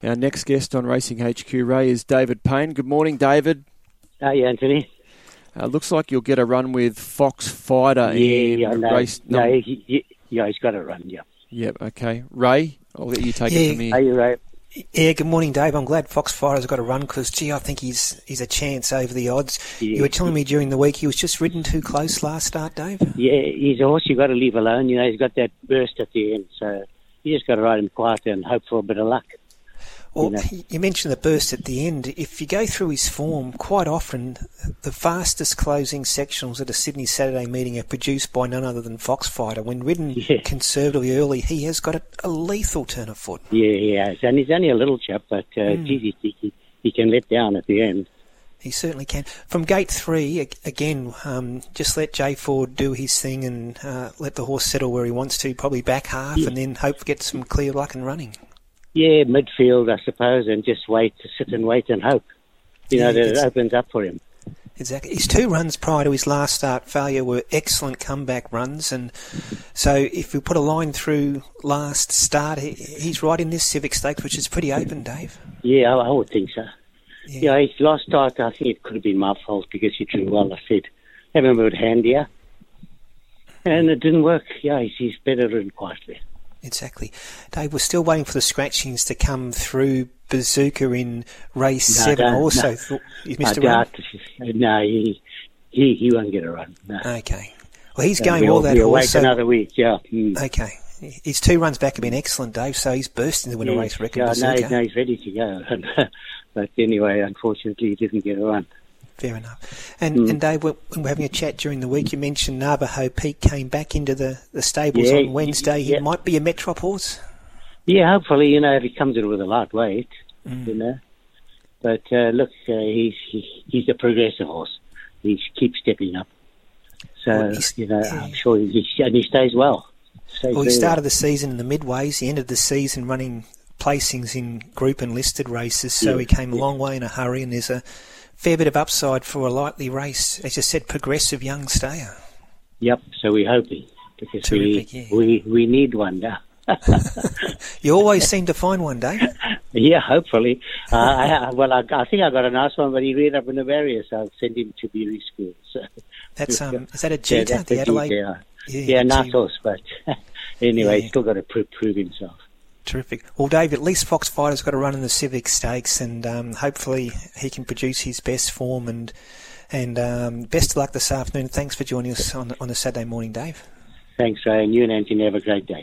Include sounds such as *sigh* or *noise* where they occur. Our next guest on Racing HQ Ray is David Payne. Good morning, David. Hey, Anthony. Uh, looks like you'll get a run with Fox Fighter Uh, in yeah, no, race. no, num- he, he, yeah, he's got it run. Yeah. Yep. Okay. Ray, I'll let you take it Yeah. from here. Are you right? Yeah, good morning, Dave. I'm glad Foxfire's got a run because, gee, I think he's he's a chance over the odds. Yeah. You were telling me during the week he was just ridden too close last start, Dave. Yeah, he's a horse you got to leave alone. You know, he's got that burst at the end, so you just got to ride him quiet and hope for a bit of luck. Well, Yeah. you, mentioned the burst at the end. If you go through his form, quite often the fastest closing sectionals at a Sydney Saturday meeting are produced by none other than Foxfighter. When ridden Yeah. conservatively early, he has got a, a lethal turn of foot. Yeah, he has. And he's only a little chap, but uh, Hmm. geez, he, he, he can let down at the end. He certainly can. From gate three, ag- again, um, just let Jay Ford do his thing and uh, let the horse settle where he wants to, probably back half, and then hope get some clear luck and running. Yeah, midfield, I suppose, and just wait, sit and wait and hope. You know, Yeah, that it it's- opens up for him. Exactly. His two runs prior to his last start failure were excellent comeback runs, and so if we put a line through last start, he, he's right in this Civic Stakes, which is pretty open, Dave. Yeah, I, I would think so. Yeah. Yeah, his last start, I think it could have been my fault because he drew well. I said, have him a bit handier. And it didn't work. Yeah, he's, he's better than quietly. Exactly. Dave, we're still waiting for the scratchings to come through. Bazooka in race No, seven. I don't- also no. thought you I missed a run. doubt. No, he, he, he won't get a run. No. Okay. Well, he's Uh, going We'll- all that we'll horse. wait so- another week, yeah. Mm. Okay. His two runs back have been excellent, Dave, so he's burst into win a Yeah, race record. eh? yeah, no, Bazooka. no, he's ready to go. *laughs* but anyway, unfortunately, he didn't get a run. Fair enough. And, Hmm. and Dave, when we were having a chat during the week, you mentioned Navajo Peak came back into the, the stables Yeah, on Wednesday. He yeah. might be a Metrop horse. Yeah, hopefully, you know, if he comes in with a light weight, Mm. you know. But uh, look, uh, he's he, he's a progressive horse. He keeps stepping up. Well, So, he's- you know, yeah. I'm sure he, he, and he stays well. Stays Well, he very started the season in the midways. He ended the season running placings in group and listed races, so Yeah, he came a long way in a hurry, and there's a fair bit of upside for a lightly race. As you said, progressive young stayer. Yep, so we're hoping because Terrific, we, yeah. we we need one now. *laughs* You always seem to find one, Dave. Yeah, hopefully. Uh, *laughs* I, I- well, I, I think I got a nice one, but he ran up in the barrier, so I'll send him to be rescued. *laughs* So, That's um, is that a yeah, Jeter, that's the a Adelaide? detail. Yeah, Yeah, nice gee, horse, but *laughs* anyway, Yeah. he's still got to prove, prove himself. Terrific. Well, Dave, at least Fox Fighter's got to run in the Civic Stakes, and um, hopefully he can produce his best form. And and um, best of luck this afternoon. Thanks for joining us on on a Saturday morning, Dave. Thanks, Ray, and you and Anthony have a great day.